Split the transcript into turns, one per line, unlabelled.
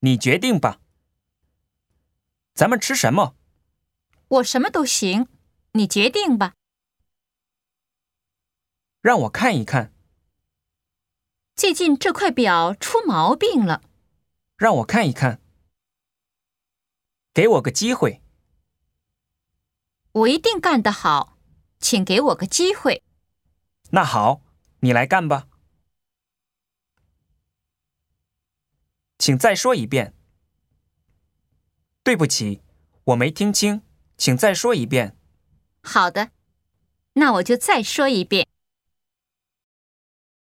你决定吧。咱们吃什么？
我什么都行，你决定吧。
让我看一看，
最近这块表出毛病了，
让我看一看。给我个机会，
我一定干得好，请给我个机会。
那好，你来干吧。请再说一遍。对不起，我没听清，请再说一遍。
好的，那我就再说一遍。